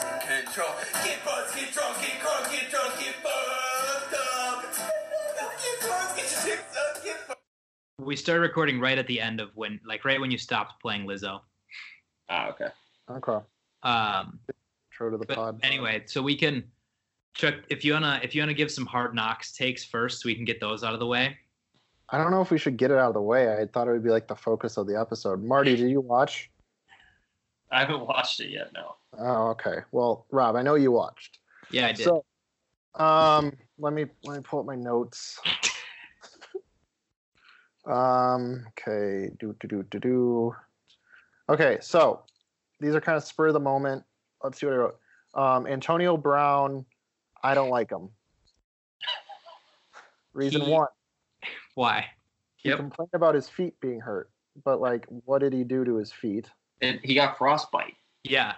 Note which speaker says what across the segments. Speaker 1: drunk. Get buzzed, get drunk, get drunk, get drunk, get fucked up. Get buzzed, get your chicks up, get fucked
Speaker 2: We started recording right at the end of when, like, right when you stopped playing Lizzo.
Speaker 3: Ah, okay.
Speaker 4: Okay.
Speaker 2: Um,
Speaker 4: True to the
Speaker 2: but
Speaker 4: pod.
Speaker 2: anyway, so we can, Chuck, if you wanna, if you wanna give some hard knocks takes first, so we can get those out of the way.
Speaker 4: I don't know if we should get it out of the way. I thought it would be like the focus of the episode. Marty, did you watch?
Speaker 3: I haven't watched it yet. No.
Speaker 4: Oh, okay. Well, Rob, I know you watched.
Speaker 2: Yeah, I did.
Speaker 4: So, um, let me let me pull up my notes. um, okay, do do do do do. Okay, so these are kind of spur of the moment. Let's see what I wrote. Um, Antonio Brown, I don't like him. Reason
Speaker 2: He-
Speaker 4: one,
Speaker 2: Why?
Speaker 4: he
Speaker 3: Yep.
Speaker 4: complained about his feet being hurt, but like, what did he do to his feet?
Speaker 3: And he got frostbite.
Speaker 2: Yeah.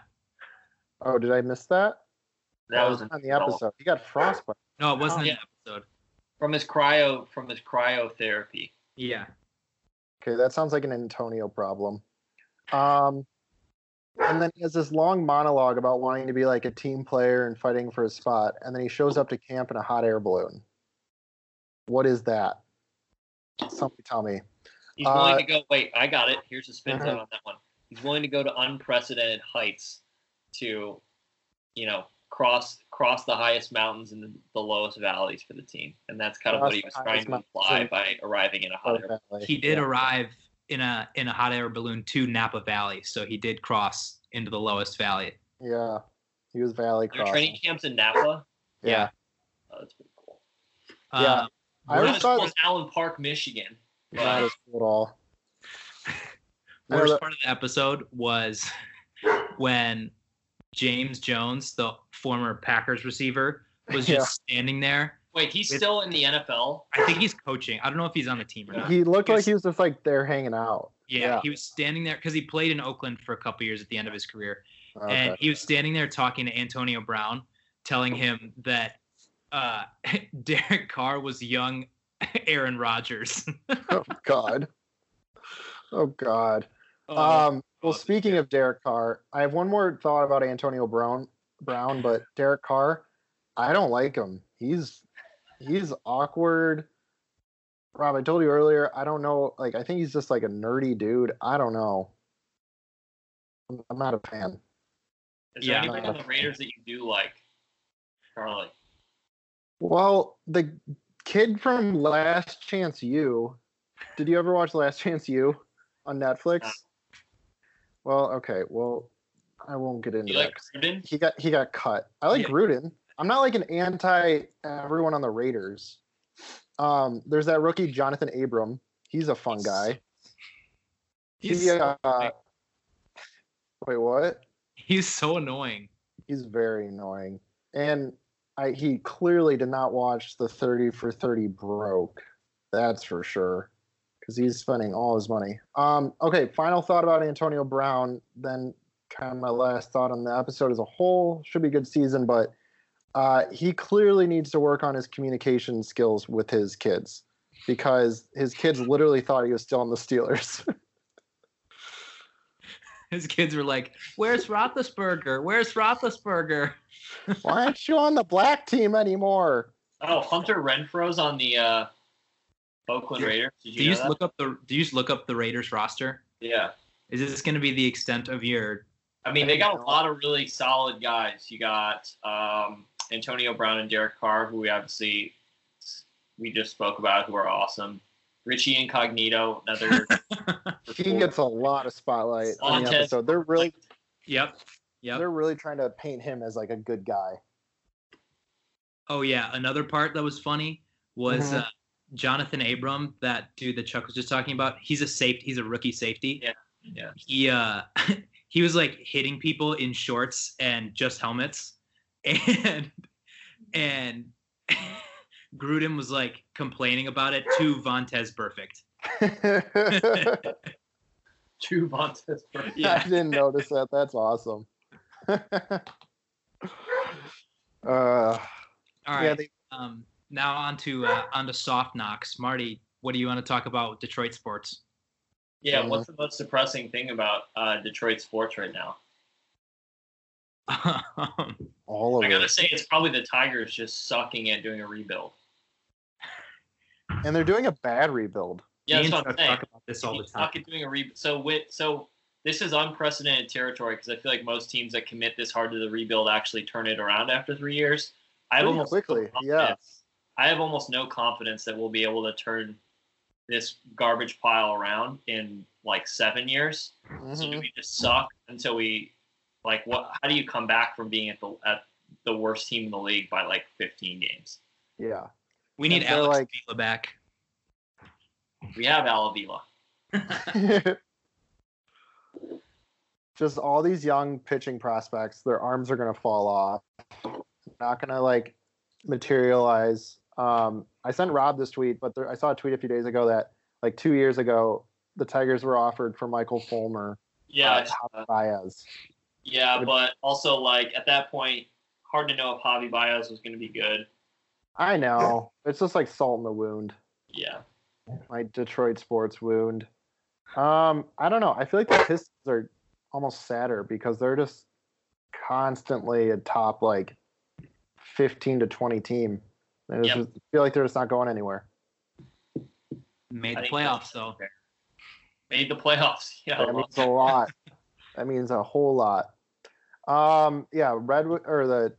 Speaker 4: Oh, did I miss that?
Speaker 3: That
Speaker 4: Oh,
Speaker 3: was
Speaker 4: it's
Speaker 3: an
Speaker 4: on the episode. He got frostbite.
Speaker 2: No, it wasn't in
Speaker 3: Yeah.
Speaker 2: the episode.
Speaker 3: from his cryo from his cryotherapy.
Speaker 2: Yeah.
Speaker 4: Okay, that sounds like an Antonio problem. Um, and then he has this long monologue about wanting to be like a team player and fighting for his spot, and then he shows up to camp in a hot air balloon. What is that? Somebody tell me.
Speaker 3: He's willing
Speaker 4: Uh,
Speaker 3: to go. Wait, I got it. Here's the spin
Speaker 4: Uh-huh.
Speaker 3: zone on that one. He's willing to go to unprecedented heights to, you know, cross cross the highest mountains and the, the lowest valleys for the team, and that's kind of
Speaker 4: Cross
Speaker 3: what he
Speaker 4: the
Speaker 3: was
Speaker 4: highest
Speaker 3: trying to
Speaker 4: mountains
Speaker 3: imply
Speaker 4: and-
Speaker 3: by arriving in a hot air.
Speaker 2: He did arrive in a in a hot air balloon to Napa Valley, so he did cross into the lowest valley.
Speaker 4: Yeah, he was valley
Speaker 3: Their
Speaker 4: crossing.
Speaker 3: training camps in Napa.
Speaker 4: Yeah,
Speaker 3: Oh, that's pretty cool.
Speaker 2: Um,
Speaker 4: Yeah. I
Speaker 3: Not
Speaker 4: always
Speaker 3: as
Speaker 4: thought it
Speaker 3: cool
Speaker 4: was
Speaker 3: as Allen Park, Michigan.
Speaker 4: not as cool at all. I know
Speaker 2: worst
Speaker 4: that-
Speaker 2: part of the episode was when James Jones, the former Packers receiver, was
Speaker 4: Yeah.
Speaker 2: just standing there.
Speaker 3: Wait, he's
Speaker 2: It-
Speaker 3: still in the NFL.
Speaker 2: I think he's coaching. I don't know if he's on the team or not.
Speaker 4: He looked like he was just like there hanging out.
Speaker 2: yeah,
Speaker 4: yeah.
Speaker 2: he was standing there because he played in Oakland for a couple years at the end of his career.
Speaker 4: Okay.
Speaker 2: and he was standing there talking to Antonio Brown, telling him that uh, Derek Carr was young Aaron Rodgers.
Speaker 4: oh God. Oh God.
Speaker 3: Oh,
Speaker 4: Um, well,
Speaker 2: God.
Speaker 4: speaking of Derek Carr, I have one more thought about Antonio Brown. Brown, but Derek Carr, I don't like him. He's he's awkward. Rob, I told you earlier, I don't know. Like, I think he's just like a nerdy dude. I don't know. I'm, I'm not a fan.
Speaker 3: is there
Speaker 2: yeah.
Speaker 3: anybody on the Raiders that you do like, Charlie?
Speaker 4: Well, the kid from Last Chance U. Did you ever watch Last Chance U on Netflix?
Speaker 3: No.
Speaker 4: Well, okay. Well, I won't get into
Speaker 3: You
Speaker 4: that.
Speaker 3: like Gruden?
Speaker 4: he got he got cut. I like
Speaker 2: Yeah.
Speaker 4: Gruden. I'm not like an anti everyone on the Raiders. Um, there's that rookie Jonathan Abram. He's a fun guy.
Speaker 2: He's,
Speaker 4: He, uh, wait, what?
Speaker 2: he's so annoying.
Speaker 4: He's very annoying. And I he clearly did not watch the 30 for 30 broke. That's for sure. Because he's spending all his money. Um, okay, final thought about Antonio Brown, then kind of my last thought on the episode as a whole. Should be a good season, but uh, he clearly needs to work on his communication skills with his kids because his kids literally thought he was still on the Steelers.
Speaker 2: His kids were like, "Where's Roethlisberger? Where's Roethlisberger?"
Speaker 4: Why aren't you on the black team anymore?
Speaker 3: Oh, Hunter Renfro's on the uh, Oakland
Speaker 2: Dude,
Speaker 3: Raiders.
Speaker 2: Do
Speaker 3: Did you
Speaker 2: you
Speaker 3: know
Speaker 2: just
Speaker 3: that?
Speaker 2: look up the Do you just look up the Raiders roster?
Speaker 3: yeah.
Speaker 2: Is this going to be the extent of your?
Speaker 3: I mean, they got a lot of really solid guys. You got um, Antonio Brown and Derek Carr, who we obviously we just spoke about, who are awesome. Richie Incognito, another.
Speaker 4: He gets a lot of spotlight on the
Speaker 3: Montez-
Speaker 4: episode. They're really
Speaker 2: Yep. Yep.
Speaker 4: They're really trying to paint him as like a good guy.
Speaker 2: Oh yeah, another part that was funny was
Speaker 4: Mhm.
Speaker 2: uh, Jonathan Abram, that dude that Chuck was just talking about. He's a safety. He's a rookie safety.
Speaker 3: Yeah, yeah.
Speaker 2: He uh, he was like hitting people in shorts and just helmets, and and Gruden was like complaining about it to Vontez Perfect.
Speaker 3: two Montez.
Speaker 4: I
Speaker 3: Perfect.
Speaker 2: Yeah,
Speaker 4: didn't notice that. That's awesome. uh,
Speaker 2: all right.
Speaker 4: Yeah, they,
Speaker 2: um, now on to uh, on to soft knocks, Marty. What do you want to talk about with Detroit sports?
Speaker 3: Yeah, what's the most depressing thing about uh, Detroit sports right now?
Speaker 2: Um,
Speaker 4: All of
Speaker 3: I gotta
Speaker 4: it.
Speaker 3: say, it's probably the Tigers just sucking at doing a rebuild.
Speaker 4: And they're doing a bad rebuild.
Speaker 3: Yeah,
Speaker 2: me
Speaker 3: that's
Speaker 2: and
Speaker 3: what I'm
Speaker 2: Chuck
Speaker 3: saying.
Speaker 2: talk about this all the
Speaker 3: He's
Speaker 2: time.
Speaker 3: not doing a re- so with so this is unprecedented territory because I feel like most teams that commit this hard to the rebuild actually turn it around after three years. I have
Speaker 4: Pretty
Speaker 3: almost
Speaker 4: quickly, yeah.
Speaker 3: confidence- I have almost no confidence that we'll be able to turn this garbage pile around in like seven years. So do
Speaker 4: Mhm.
Speaker 3: we just suck until we like what? How do you come back from being at the at the worst team in the league by like 15 games?
Speaker 4: Yeah.
Speaker 2: We need
Speaker 4: I feel
Speaker 2: Alex
Speaker 4: like-
Speaker 2: Avila back.
Speaker 3: We have Alavila.
Speaker 4: Just all these young pitching prospects, their arms are going to fall off. Not going to like materialize. Um, I sent Rob this tweet, but there, I saw a tweet a few days ago that like two years ago, the Tigers were offered for Michael Fulmer,
Speaker 3: Yeah,
Speaker 4: uh,
Speaker 3: it's, uh,
Speaker 4: Javi Baez.
Speaker 3: Yeah,
Speaker 4: Would-
Speaker 3: but also like at that point, hard to know if Javi Baez was going to be good.
Speaker 4: I know. It's just like salt in the wound.
Speaker 3: Yeah,
Speaker 4: my Detroit sports wound. Um, I don't know. I feel like the Pistons are almost sadder because they're just constantly a top like fifteen to twenty team. They just-
Speaker 3: Yep.
Speaker 4: feel like they're just not going anywhere.
Speaker 2: Made the
Speaker 3: I think
Speaker 2: playoffs though.
Speaker 3: made the playoffs. Yeah,
Speaker 4: That means a lot. that means a whole lot. Um, yeah, Red or the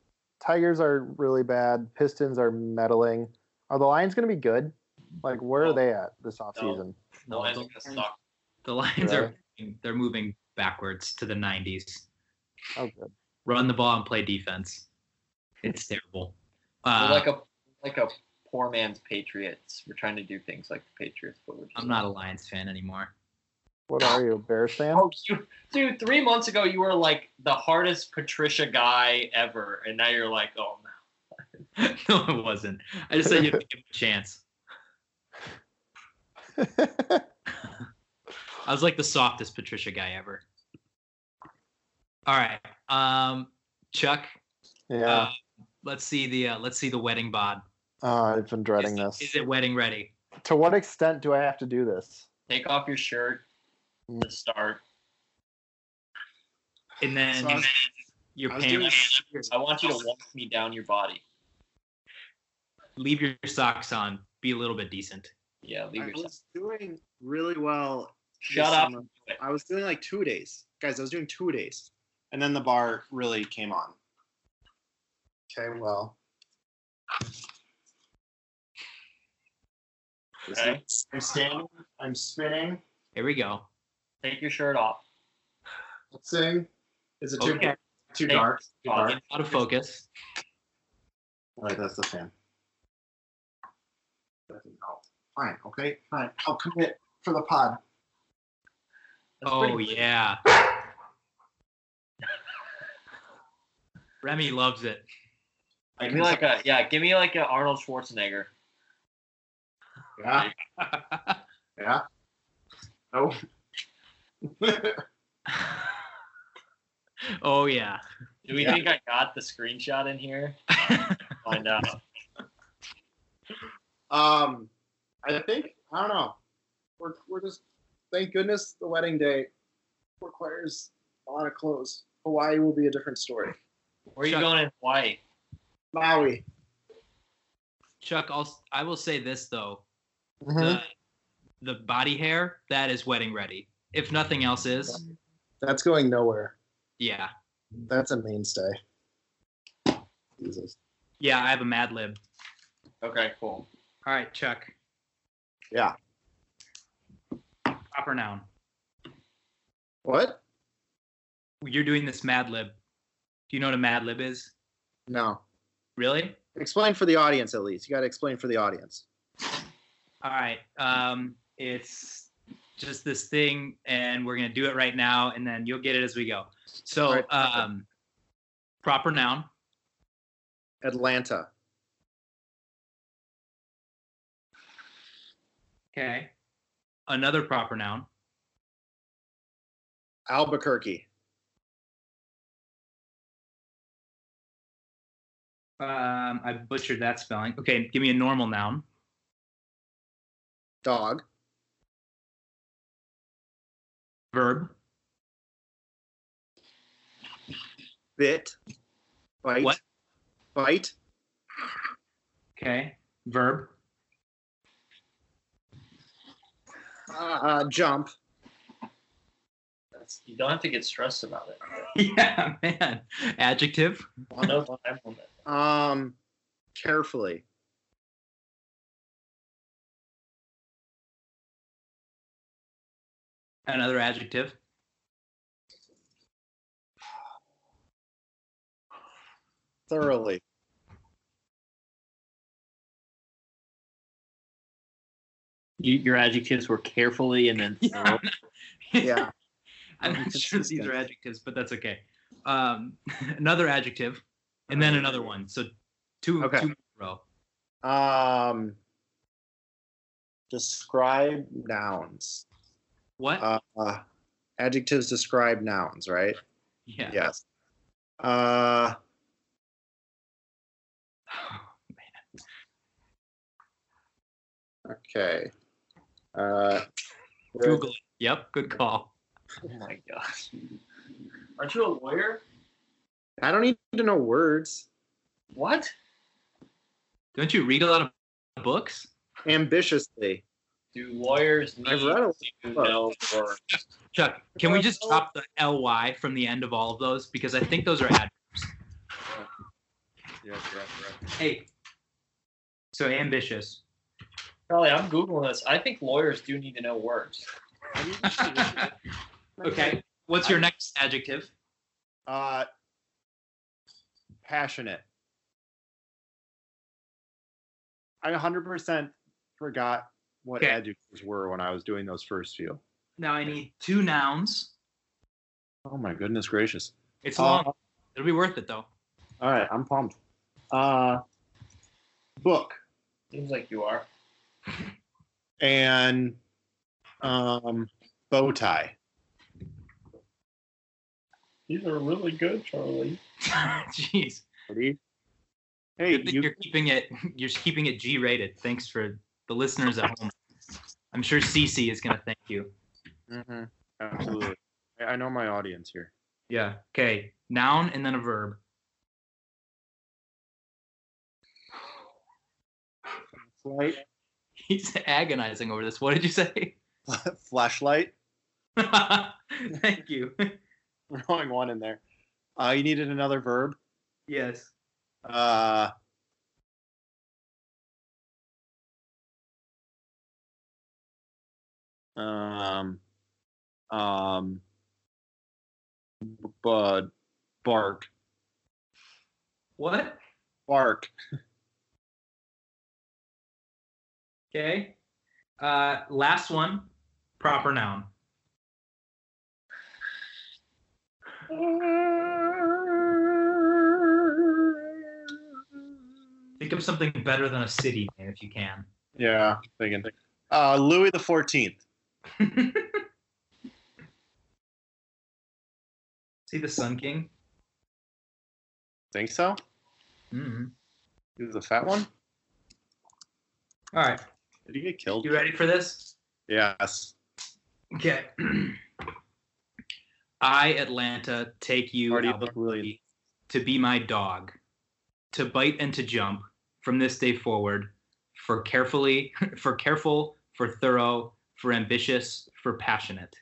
Speaker 4: Tigers are really bad. Pistons are meddling. Are the Lions going to be good? Like, where
Speaker 3: No.
Speaker 4: are they at this offseason?
Speaker 3: the
Speaker 2: No,
Speaker 3: Lions
Speaker 2: the
Speaker 3: are
Speaker 2: Lions-
Speaker 3: gonna suck.
Speaker 2: The Lions
Speaker 4: Yeah.
Speaker 2: are they're moving backwards to the 90s.
Speaker 4: Oh, good.
Speaker 2: Run the ball and play defense. It's terrible. Uh,
Speaker 3: We're like a like a poor man's Patriots. We're trying to do things like the Patriots, but we're just
Speaker 2: I'm not a Lions fan anymore.
Speaker 4: What are you, a Bears fan?
Speaker 3: Oh, you, dude! Three months ago, you were like the hardest Patricia guy ever, and now you're like, oh no.
Speaker 2: no, it wasn't. I just said you have to give him a chance. I was like the softest Patricia guy ever. All right, um, Chuck.
Speaker 4: yeah.
Speaker 2: Uh, let's see the uh, let's see the wedding bod.
Speaker 4: Oh, I've been dreading
Speaker 2: is,
Speaker 4: this.
Speaker 2: Is it wedding ready?
Speaker 4: to what extent do I have to do this?
Speaker 3: Take off your shirt. To start,
Speaker 2: And then
Speaker 5: So I was-
Speaker 2: your
Speaker 5: I was doing-
Speaker 2: pants.
Speaker 3: I want you to walk me down your body.
Speaker 2: Leave your socks on. Be a little bit decent.
Speaker 3: Yeah, leave
Speaker 5: I
Speaker 3: yourself.
Speaker 5: was doing really well. this
Speaker 3: Shut up.
Speaker 5: summer.
Speaker 3: and do it.
Speaker 5: I was doing like two days, guys. I was doing two days, and then the bar really came on. Okay, well,
Speaker 3: Okay.
Speaker 5: I'm standing. I'm spinning.
Speaker 2: Here we go.
Speaker 3: Take your shirt off.
Speaker 5: Let's see. Is it too
Speaker 2: Okay.
Speaker 5: too
Speaker 3: Hey,
Speaker 5: dark? Too
Speaker 3: I'll
Speaker 5: dark.
Speaker 3: get-
Speaker 2: Out of focus.
Speaker 5: All right, that's the fan. Doesn't help. Fine. Okay. Fine. I'll commit for the pod.
Speaker 3: That's
Speaker 2: Oh
Speaker 3: pretty good.
Speaker 2: yeah. Remy loves it.
Speaker 5: I
Speaker 3: Give me like a yeah. Give me like a Arnold Schwarzenegger.
Speaker 5: yeah. Yeah. No.
Speaker 2: oh yeah.
Speaker 3: Do we
Speaker 5: Yeah.
Speaker 3: think I got the screenshot in here? Find out.
Speaker 5: Um, I think I don't know. We're we're just thank goodness the wedding day requires a lot of clothes. Hawaii will be a different story.
Speaker 3: Where are you
Speaker 2: Chuck.
Speaker 3: going in Hawaii?
Speaker 5: Maui.
Speaker 2: Chuck, I'll I will say this though.
Speaker 5: Mm-hmm.
Speaker 4: Mhm.
Speaker 2: The, the body hair, that is wedding ready. If nothing else is,
Speaker 5: That's going nowhere.
Speaker 2: yeah.
Speaker 5: That's a mainstay. Jesus.
Speaker 2: Yeah, I have a mad lib.
Speaker 3: Okay, cool.
Speaker 2: All right, Chuck.
Speaker 5: Yeah.
Speaker 2: Proper noun.
Speaker 5: What?
Speaker 2: You're doing this mad lib. Do you know what a mad lib is?
Speaker 5: No.
Speaker 2: Really?
Speaker 5: Explain for the audience at least. You got to explain for the audience.
Speaker 2: All right. Um, it's just this thing, and we're gonna do it right now, and then you'll get it as we go. So,
Speaker 5: All right.
Speaker 2: um, proper noun.
Speaker 5: Atlanta.
Speaker 2: Okay. Another proper noun.
Speaker 5: Albuquerque.
Speaker 2: Um, I butchered that spelling. Okay, give me a normal noun.
Speaker 5: Dog.
Speaker 2: Verb.
Speaker 5: Bit. Bite.
Speaker 2: What?
Speaker 5: Bite.
Speaker 2: Okay. Verb.
Speaker 5: Uh, uh, jump.
Speaker 3: That's, you don't have to get stressed about it.
Speaker 2: Yeah, man. Adjective.
Speaker 3: One of them.
Speaker 5: Um, carefully.
Speaker 2: Another adjective.
Speaker 5: Thoroughly.
Speaker 6: You, your adjectives were carefully and then
Speaker 2: Yeah,
Speaker 6: thorough.
Speaker 5: Yeah.
Speaker 2: I'm not sure if these are adjectives, but that's okay. Um, another adjective, and then another one. So two,
Speaker 5: Okay.
Speaker 2: two in a row.
Speaker 5: Um, describe nouns.
Speaker 2: What?
Speaker 5: Uh, uh, adjectives describe nouns, right?
Speaker 2: yeah.
Speaker 5: Yes. Uh, okay. Uh,
Speaker 2: Google. it. Yep. Good call.
Speaker 3: Oh my gosh. Aren't you a lawyer?
Speaker 5: I don't need to know words.
Speaker 3: What?
Speaker 2: Don't you read a lot of books?
Speaker 5: Ambitiously.
Speaker 3: Do lawyers need
Speaker 5: I've read a
Speaker 3: to
Speaker 5: book.
Speaker 3: know words?
Speaker 2: Chuck, can we just drop the ly from the end of all of those because I think those are ad.
Speaker 6: Yeah,
Speaker 2: Hey. So ambitious.
Speaker 3: Charlie, I'm googling this. I think lawyers do need to know words.
Speaker 2: okay. What's your next adjective?
Speaker 5: Uh, passionate. I 100% forgot what
Speaker 2: Okay.
Speaker 5: adjectives were when I was doing those first few.
Speaker 2: Now I need two nouns.
Speaker 5: Oh my goodness gracious.
Speaker 2: It's
Speaker 5: Uh,
Speaker 2: long. It'll be worth it though.
Speaker 5: All right, I'm pumped. Uh, book
Speaker 3: Seems like you are.
Speaker 5: and um, bow tie.
Speaker 3: These are really good, Charlie.
Speaker 2: Jeez.
Speaker 5: Ready?
Speaker 2: Good
Speaker 5: Hey,
Speaker 2: thing
Speaker 5: you,
Speaker 2: you're keeping it. You're keeping it G rated. Thanks for the listeners at home. I'm sure Cece is gonna thank you.
Speaker 5: Mhm, absolutely. I, I know my audience here.
Speaker 2: Yeah. Okay. Noun and then a verb.
Speaker 5: Flight,
Speaker 2: He's agonizing over this. What did you say?
Speaker 5: flashlight.
Speaker 2: thank you.
Speaker 5: We're going one in there. Uh, you needed another verb.
Speaker 2: Yes.
Speaker 5: Uh, um, um, b- bud, bark,
Speaker 2: What?
Speaker 5: bark.
Speaker 2: Okay. Uh, last one. Proper noun. Think of something better than a city name if you can.
Speaker 5: Yeah, thinking. Uh, Louis the Fourteenth.
Speaker 2: See the Sun King?
Speaker 5: Think so?
Speaker 2: Mhm.
Speaker 5: He was a fat one.
Speaker 2: All right.
Speaker 5: Did he get killed?
Speaker 2: You ready for this?
Speaker 5: Yes.
Speaker 2: Okay. I, Atlanta, take you
Speaker 5: Already
Speaker 2: Albuquerque,
Speaker 5: look really-
Speaker 2: to be my dog, to bite and to jump from this day forward, for carefully, for careful, for thorough, for ambitious, for passionate.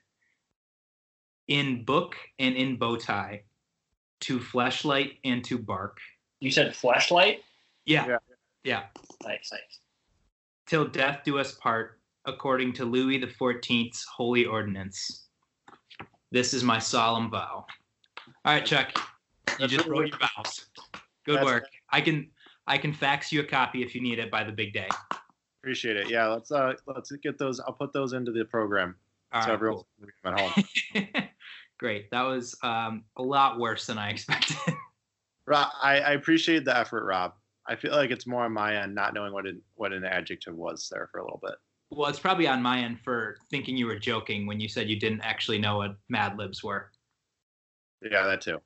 Speaker 2: In book and in bow tie, to flashlight and to bark.
Speaker 3: You said flashlight?
Speaker 2: Yeah.
Speaker 5: Yeah.
Speaker 2: yeah.
Speaker 3: Nice, nice.
Speaker 2: till death do us part, according to Louis the Fourteenth's holy ordinance. This is my solemn vow. All right, Chuck, you just wrote your vows. Good
Speaker 5: That's-
Speaker 2: work. I can I can fax you a copy if you need it by the big day.
Speaker 5: Appreciate it. Yeah, let's uh let's get those. I'll put those into the program
Speaker 2: All
Speaker 5: so
Speaker 2: right,
Speaker 5: everyone
Speaker 2: cool.
Speaker 5: can read them at home.
Speaker 2: Great. That was um, a lot worse than I expected.
Speaker 5: Rob, I, I appreciate the effort, Rob. I feel like it's more on my end not knowing what an, what an adjective was there for a little bit.
Speaker 2: well, it's probably on my end for thinking you were joking when you said you didn't actually know what Mad Libs were.
Speaker 5: Yeah, that too.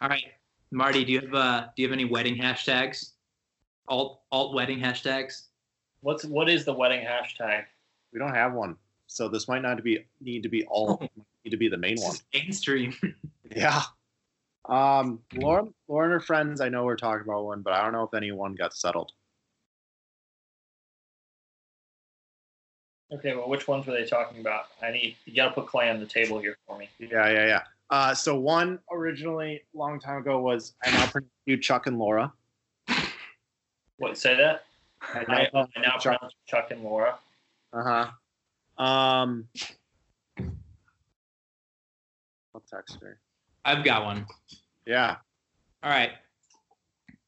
Speaker 2: All right, Marty, do you have uh, do you have any wedding hashtags? Alt alt wedding hashtags.
Speaker 3: What's what is the wedding hashtag?
Speaker 5: We don't have one, so this might not be need to be all. Need to be the main
Speaker 2: This
Speaker 5: one.
Speaker 2: is mainstream.
Speaker 5: Yeah. Um, Lauren, Lauren, or friends, I know we're talking about one, but I don't know if anyone got settled.
Speaker 3: Okay, well, which ones were they talking about? I need you gotta put Clay on the table here for me.
Speaker 5: Yeah, yeah, yeah. Uh, so one originally, long time ago, was I now pronounce you Chuck and Laura.
Speaker 3: What say that?
Speaker 5: I
Speaker 3: I,
Speaker 5: now,
Speaker 3: I now
Speaker 5: Chuck.
Speaker 3: pronounce Chuck and Laura.
Speaker 5: Uh huh. Um, I'll text her.
Speaker 2: I've got one.
Speaker 5: Yeah.
Speaker 2: All right.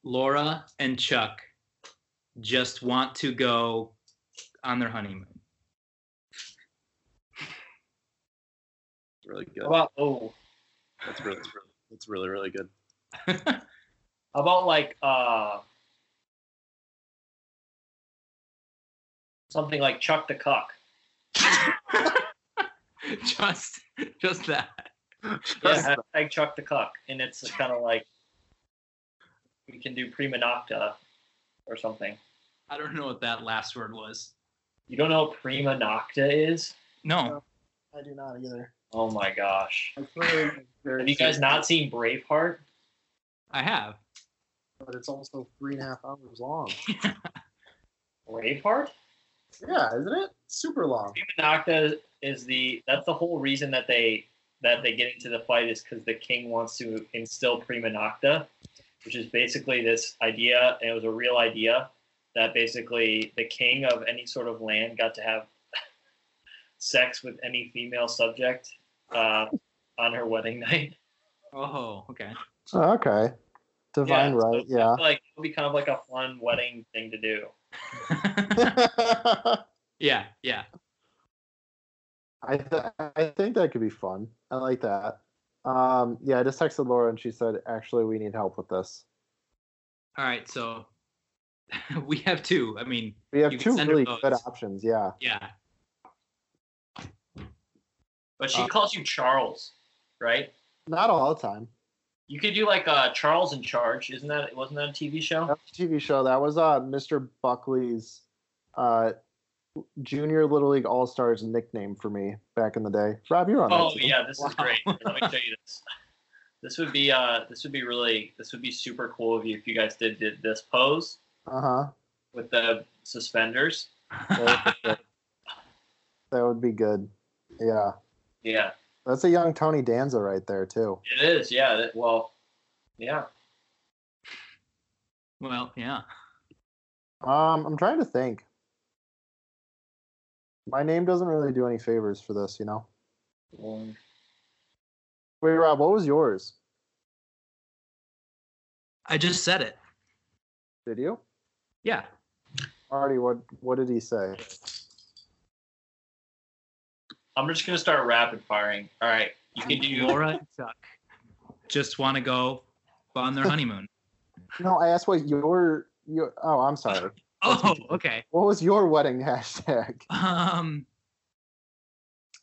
Speaker 2: Laura and Chuck just want to go on their honeymoon.
Speaker 5: It's really
Speaker 3: How
Speaker 5: good.
Speaker 3: about oh,
Speaker 5: That's really, that's really, that's really, really good.
Speaker 3: how about like uh something like Chuck the Cuck?
Speaker 2: just just that.
Speaker 3: Yeah, hashtag Chuck the Cuck, and it's kind of like we can do prima nocta or something.
Speaker 2: I don't know what that last word was.
Speaker 3: You don't know what prima nocta is?
Speaker 2: No.
Speaker 4: I do not either.
Speaker 3: Oh my gosh!
Speaker 5: I'm very, very
Speaker 3: Have you guys not seen Braveheart?
Speaker 2: I have.
Speaker 4: But it's also three and a half hours long.
Speaker 3: Braveheart?
Speaker 5: Yeah, isn't it super long?
Speaker 3: Nocta is the that's the whole reason that they that they get into the fight is because the king wants to instill prima nocta, which is basically this idea, and it was a real idea that basically the king of any sort of land got to have sex with any female subject uh, on her wedding night.
Speaker 2: Oh, okay.
Speaker 4: Oh, okay. Divine
Speaker 3: Yeah, so-
Speaker 4: right, yeah.
Speaker 3: Like it would be kind of like a fun wedding thing to do.
Speaker 2: yeah, yeah.
Speaker 4: I th- I think that could be fun. I like that. Um, yeah, I just texted Laura and she said, actually, we need help with this.
Speaker 2: All right, so we have two. I mean,
Speaker 4: We have
Speaker 2: You can
Speaker 4: two
Speaker 2: send her
Speaker 4: really
Speaker 2: those.
Speaker 4: good options. Yeah.
Speaker 2: yeah.
Speaker 3: But she calls you Charles, right?
Speaker 4: Not all the time.
Speaker 3: You could do like uh, Charles in Charge, isn't that? Wasn't that a TV show?
Speaker 4: That was a TV show. That was uh, Mr. Buckley's uh, junior Little League All Stars nickname for me back in the day. Rob, you're on
Speaker 3: Oh
Speaker 4: that. team.
Speaker 3: yeah, this
Speaker 2: Wow.
Speaker 3: is great. Let me show you this. This would be uh, this would be really this would be super cool of you if you guys did, did this pose
Speaker 4: Uh
Speaker 3: with the suspenders.
Speaker 4: huh. that would be good. Yeah.
Speaker 3: Yeah,
Speaker 4: That's a young Tony Danza right there, too.
Speaker 3: it is. Yeah, that, well, yeah.
Speaker 2: Well, yeah.
Speaker 4: Um, I'm trying to think. My name doesn't really do any favors for this, you know.
Speaker 3: Um,
Speaker 4: Wait, Rob, what was yours?
Speaker 2: I just said it.
Speaker 4: Did you?
Speaker 2: Yeah.
Speaker 4: Artie, what what did he say?
Speaker 3: I'm just gonna start rapid firing. All right, you can do.
Speaker 2: Laura and Chuck just want to go on their honeymoon.
Speaker 4: No, I asked what your your oh, I'm sorry.
Speaker 2: oh, okay.
Speaker 4: What was your wedding hashtag?
Speaker 2: Um,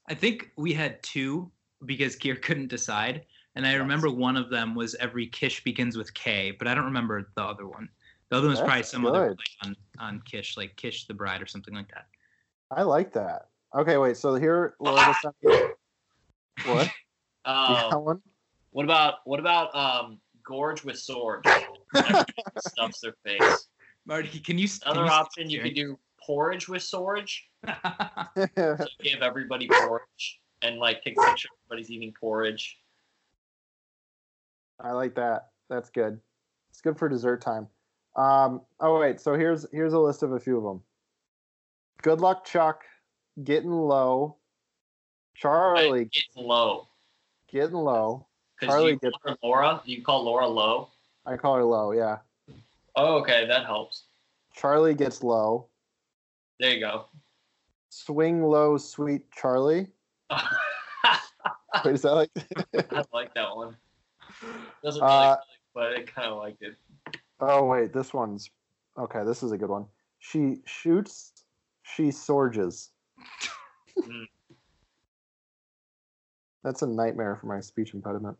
Speaker 2: I think we had two because Gear couldn't decide, and I remember one of them was every Kish begins with K, but I don't remember the other one. The other one's
Speaker 4: That's
Speaker 2: probably some other
Speaker 4: good.
Speaker 2: play on on Kish, like Kish the Bride or something like that.
Speaker 4: I like that. Okay, wait. So here, Laura just sent me. What?
Speaker 3: Uh,
Speaker 4: that one?
Speaker 3: what about what about um, gorge with sword? Everyone Stuffs their face.
Speaker 2: Marty, can you? can
Speaker 3: Another
Speaker 2: you
Speaker 3: option you could do porridge with sword. So give everybody porridge and like take a picture of everybody's eating porridge.
Speaker 4: I like that. That's good. It's good for dessert time. Um, oh wait. So here's here's a list of a few of them. Good luck, Chuck. Getting low. Charlie
Speaker 3: It's low.
Speaker 4: getting low.
Speaker 3: Because
Speaker 4: Harley
Speaker 3: you
Speaker 4: gets-
Speaker 3: call her Laura, you call Laura low.
Speaker 4: I call her low. Yeah.
Speaker 3: Oh, okay, that helps.
Speaker 4: Charlie gets low.
Speaker 3: There you go.
Speaker 4: Swing low, sweet Charlie.
Speaker 3: I
Speaker 4: Wait, is that like?
Speaker 3: like that one. Doesn't really,
Speaker 4: Uh,
Speaker 3: but I kind of liked it.
Speaker 4: Oh wait, this one's okay. This is a good one. She shoots. She sorges.
Speaker 3: Mm.
Speaker 4: That's a nightmare for my speech impediment.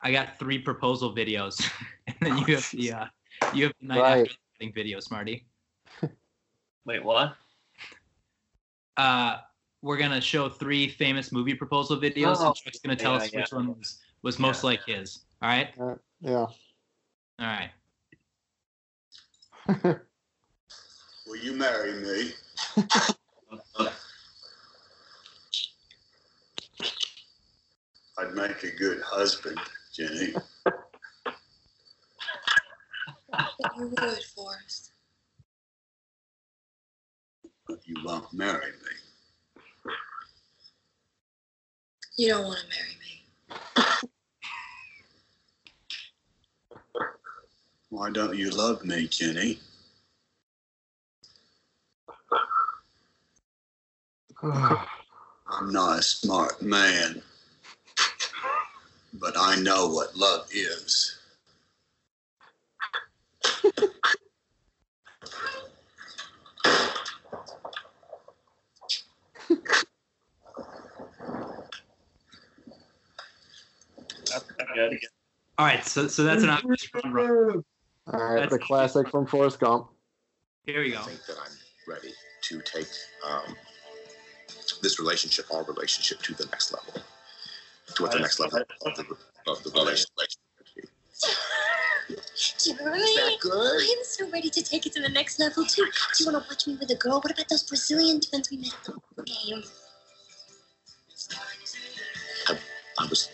Speaker 2: I got three proposal videos, and then you have the uh, you have the night
Speaker 4: Right.
Speaker 2: after the wedding video, Smarty.
Speaker 3: Wait, what?
Speaker 2: uh, we're gonna show three famous movie proposal videos,
Speaker 3: Oh,
Speaker 2: and Chuck's gonna tell
Speaker 3: yeah,
Speaker 2: us
Speaker 3: yeah.
Speaker 2: which one was was most like his. All right.
Speaker 4: Yeah.
Speaker 2: All right.
Speaker 1: Will you marry me? I'd make a good husband, Jenny.
Speaker 7: You would, Forrest.
Speaker 1: But you won't marry me.
Speaker 7: You don't want to marry me.
Speaker 1: Why don't you love me, Jenny? I'm not a smart man, but I know what love is.
Speaker 3: That's pretty good.
Speaker 2: All right. So so that's an obvious run. run.
Speaker 4: All right,
Speaker 2: That's-
Speaker 4: the classic from Forrest Gump.
Speaker 2: Here we go.
Speaker 8: I think that I'm ready to take um, this relationship, our relationship, to the next level, to what the next level of the, of the relationship. would be.
Speaker 7: Jeremy,
Speaker 8: good?
Speaker 7: I'm so ready to take it to the next level too. Do you want to watch me with a girl? What about those Brazilian twins we met at the game?
Speaker 8: I was, I was,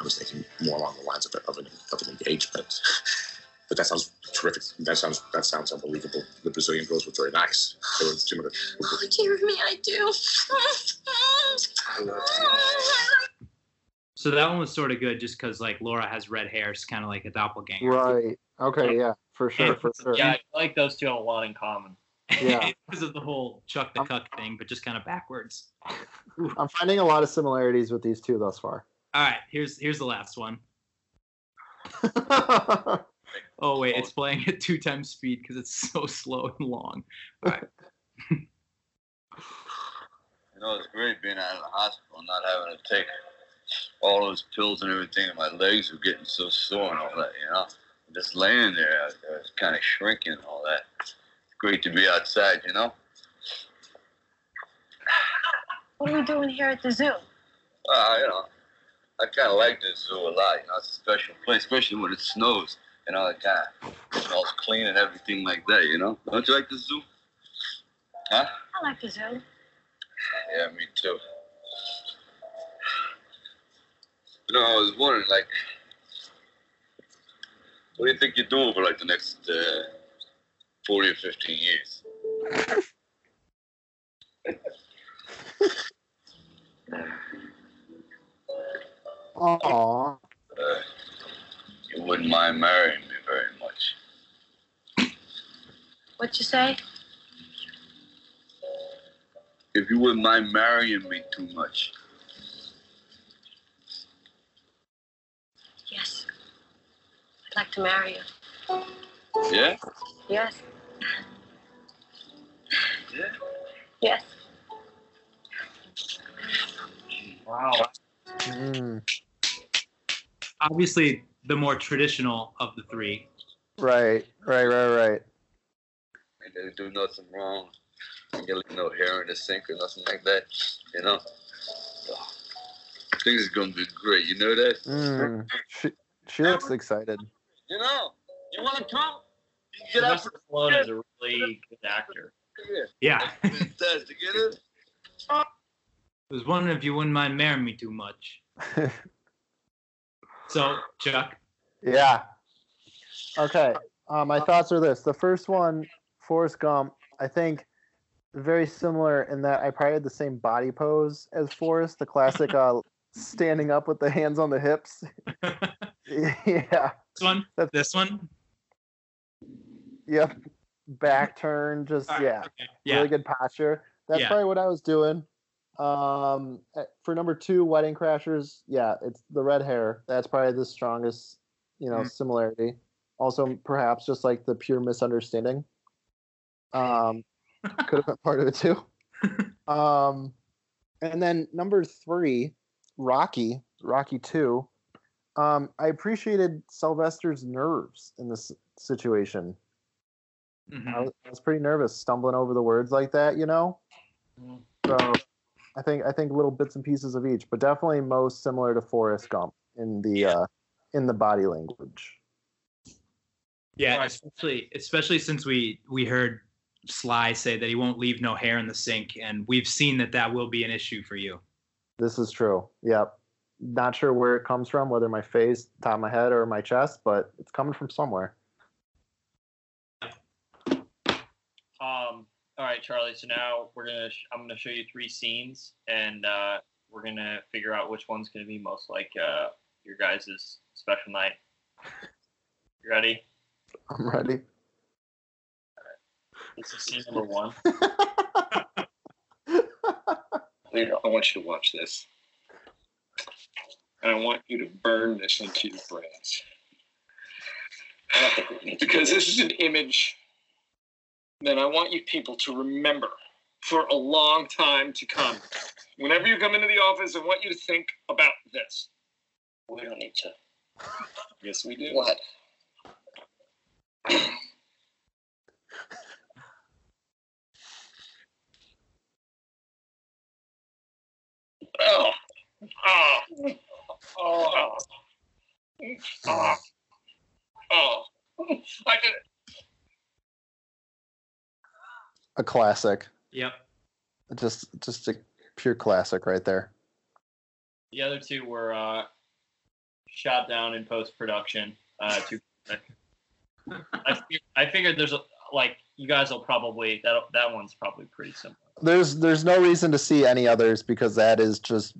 Speaker 8: I was thinking more along the lines of, a, of, an, of an engagement, but that sounds terrific. That sounds, that sounds unbelievable. The Brazilian girls were very nice. They were similar.
Speaker 7: Oh, Jeremy, I do.
Speaker 2: So that one was sort of good just because like Laura has red hair. It's kind of like a doppelganger.
Speaker 4: Right. Okay. Yeah. For sure. For sure.
Speaker 3: Yeah, I feel like those two have a lot in common.
Speaker 4: Yeah.
Speaker 2: because of the whole Chuck the Cuck thing, but just kind of backwards.
Speaker 4: I'm finding a lot of similarities with these two thus far.
Speaker 2: All right. Here's here's the last one. Oh wait, it's playing at two times speed because it's so slow and long.
Speaker 9: You know, it's great being out of the hospital, and not having to take all those pills and everything, and my legs were getting so sore and all that, you know. Just laying there, I I was kind of shrinking and all that. It's great to be outside, you know.
Speaker 7: What are you doing here at the zoo?
Speaker 9: Uh, you know, I kind of like this zoo a lot. You know, it's a special place, especially when it snows. You know, it kind of smells clean and everything like that. You know, don't you like the zoo? Huh?
Speaker 7: I like the zoo.
Speaker 9: Yeah, me too. You know, I was wondering, like, what do you think you're doing for like the next uh, forty or fifteen years?
Speaker 4: Aw.
Speaker 9: Uh, you wouldn't mind marrying me very much.
Speaker 7: What you say?
Speaker 9: If you wouldn't mind marrying me too much.
Speaker 7: Yes. I'd like to marry you.
Speaker 9: Yeah?
Speaker 7: Yes.
Speaker 9: Yeah.
Speaker 7: Yes.
Speaker 3: Wow.
Speaker 4: Mm,
Speaker 2: Obviously, the more traditional of the three.
Speaker 4: right. Right. Right. Right.
Speaker 9: and they do nothing wrong. You get like no hair in the sink or nothing like that, you know. So, things is gonna be great, you know that?
Speaker 4: Mm, she she looks excited.
Speaker 9: You know, you wanna come? Get out
Speaker 3: Sylvester Stallone is a really good actor.
Speaker 9: here.
Speaker 2: Yeah.
Speaker 9: That's fantastic, get it?
Speaker 2: I was wondering if you wouldn't mind marrying me too much. so, Chuck,
Speaker 4: Yeah. Okay. Uh, my thoughts are this: the first one, Forrest Gump, I think very similar in that I probably had the same body pose as Forrest, the classic uh, standing up with the hands on the hips. yeah.
Speaker 2: this one,
Speaker 4: That's-
Speaker 2: this one.
Speaker 4: Yep. Back turn. Just
Speaker 2: All right,
Speaker 4: yeah.
Speaker 2: okay, Yeah.
Speaker 4: Really good posture. That's
Speaker 2: Yeah.
Speaker 4: probably what I was doing. Um, uh, for number two, Wedding Crashers. Yeah, it's the red hair. That's probably the strongest, you know,
Speaker 2: Mm.
Speaker 4: similarity. Also, perhaps just like the pure misunderstanding. Um, could have been part of it too. Um, and then number three, Rocky, Rocky two. Um, I appreciated Sylvester's nerves in this situation. I
Speaker 2: Mhm.
Speaker 4: was, I was pretty nervous stumbling over the words like that, you know.
Speaker 3: Mm.
Speaker 4: So I think I think little bits and pieces of each, but definitely most similar to Forrest Gump. in the uh, in the body language.
Speaker 2: Yeah,
Speaker 3: Right.
Speaker 2: especially especially since we we heard Sly say that he won't leave no hair in the sink, and we've seen that that will be an issue for you.
Speaker 4: This is true. Yep. Not sure where it comes from, whether my face, top of my head, or my chest, but it's coming from somewhere.
Speaker 3: Um, all right, Charlie. So now we're gonna. Sh- I'm gonna show you three scenes, and uh, we're gonna figure out which one's gonna be most like uh, your guys' special night. You ready?
Speaker 4: I'm ready.
Speaker 3: This is scene number one.
Speaker 8: Leader, I want you to watch this. And I want you to burn this into your brains. Because this is an image that I want you people to remember for a long time to come. Whenever you come into the office, I want you to think about this. We don't need to. Yes, we do. What? Oh. Oh. Oh. Oh. Oh. I did it.
Speaker 4: A classic.
Speaker 2: Yep.
Speaker 4: Just just a pure classic right there.
Speaker 3: The other two were uh, shot down in post production. Uh, to- I, fig- I figured there's a, like you guys will probably that that one's probably pretty simple.
Speaker 4: There's there's no reason to see any others because that is just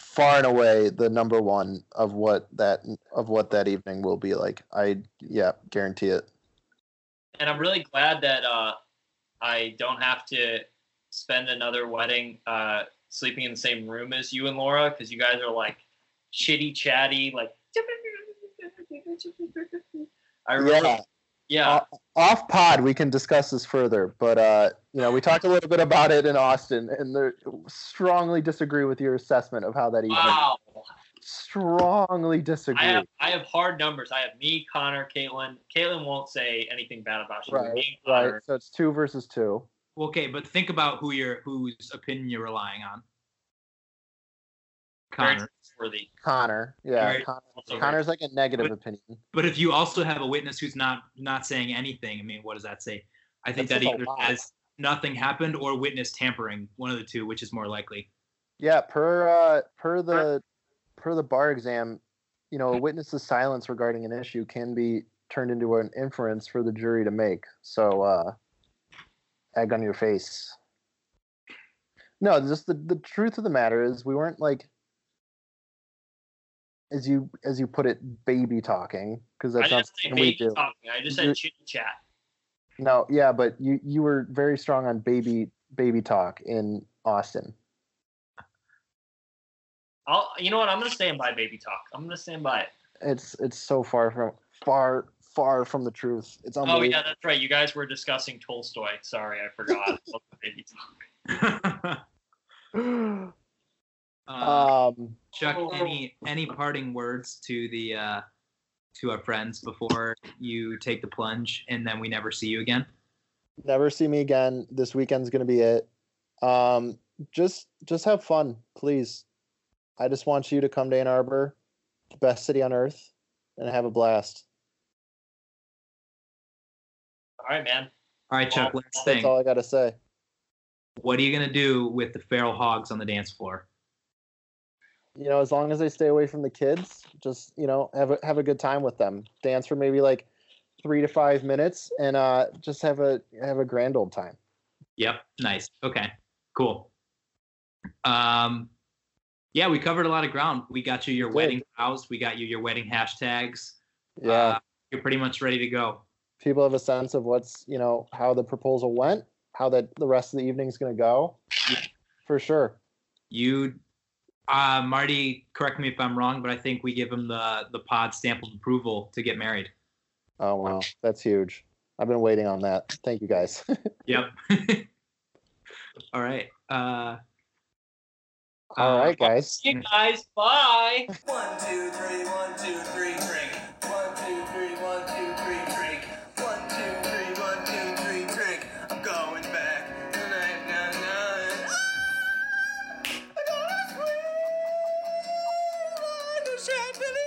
Speaker 4: far and away the number one of what that of what that evening will be like. I yeah, guarantee it.
Speaker 3: and I'm really glad that uh, I don't have to spend another wedding uh, sleeping in the same room as you and Laura because you guys are like chitty chatty, like. I remember,
Speaker 4: Yeah.
Speaker 3: yeah.
Speaker 4: Off pod we can discuss this further, but uh you know, we talked a little bit about it in Austin and they strongly disagree with your assessment of how that evening
Speaker 3: Wow.
Speaker 4: strongly disagree.
Speaker 3: I have I have hard numbers. I have me, Connor, Caitlin. Caitlin won't say anything bad about you.
Speaker 4: Right,
Speaker 3: Me,
Speaker 4: right.
Speaker 3: Connor.
Speaker 4: So it's two versus two.
Speaker 2: Okay, but think about who your whose opinion you're relying on.
Speaker 3: Very
Speaker 2: Connor.
Speaker 3: trustworthy.
Speaker 4: Connor. Yeah.
Speaker 2: Right.
Speaker 4: Connor,
Speaker 3: Also
Speaker 4: Connor's like a negative
Speaker 2: But-
Speaker 4: opinion.
Speaker 2: But if you also have a witness who's not not saying anything, I mean, what does that say? I think
Speaker 4: That
Speaker 2: that,
Speaker 4: says a
Speaker 2: either
Speaker 4: lot.
Speaker 2: has nothing happened or witness tampering, one of the two, which is more likely.
Speaker 4: Yeah, per uh per the per the bar exam, you
Speaker 3: Hmm.
Speaker 4: know, a witness's silence regarding an issue can be turned into an inference for the jury to make. So uh egg on your face. No, just the, the truth of the matter is we weren't like as you as you put it, baby talking, because
Speaker 3: I
Speaker 4: that's not
Speaker 3: didn't say
Speaker 4: something we
Speaker 3: baby
Speaker 4: do.
Speaker 3: talking. I just
Speaker 4: You're-
Speaker 3: said chitty chat.
Speaker 4: No, yeah, but you you were very strong on baby baby talk in Austin.
Speaker 3: I'll, you know what? I'm gonna stand by baby talk. I'm gonna stand by it.
Speaker 4: It's it's so far from far far from the truth. It's
Speaker 3: Oh yeah,
Speaker 4: unbelievable.
Speaker 3: that's right. You guys were discussing Tolstoy. Sorry, I forgot. Baby talk.
Speaker 4: yeah.
Speaker 2: Uh,
Speaker 4: Um,
Speaker 2: Chuck, any any parting words to the uh, to our friends before you take the plunge and then we never see you again?
Speaker 4: never see me again. This weekend's gonna be it. Um, just just have fun, please. I just want you to come to Ann Arbor, the best city on earth, and have a blast.
Speaker 3: All right, man.
Speaker 2: All right, Chuck. Last
Speaker 4: That's
Speaker 2: thing.
Speaker 4: all I gotta say.
Speaker 2: What are you gonna do with the feral hogs on the dance floor?
Speaker 4: you know, as long as they stay away from the kids, just you know, have a, have a good time with them. Dance for maybe like three to five minutes, and uh, just have a have a grand old time.
Speaker 2: Yep. Nice. Okay. Cool. Um, yeah, we covered a lot of ground. We got you your
Speaker 4: did.
Speaker 2: wedding vows. We got you your wedding hashtags.
Speaker 4: Yeah,
Speaker 2: Uh, you're pretty much ready to go.
Speaker 4: people have a sense of what's you know how the proposal went, how that the rest of the evening's gonna go, for sure.
Speaker 2: You, uh, Marty, correct me if I'm wrong, but I think we give him the the pod stamp of approval to get married.
Speaker 4: Oh wow, that's huge. I've been waiting on that. Thank you guys.
Speaker 2: Yep. All right. Uh,
Speaker 4: All
Speaker 2: Uh,
Speaker 4: right, guys.
Speaker 3: You guys, bye.
Speaker 1: One, two, three, one, two, three, drink. One, two, three, one, two, three, drink. One, two, three, one, two, three, drink. I'm going back tonight, nah, nah. Ah, I gotta scream. Sunshine Billy.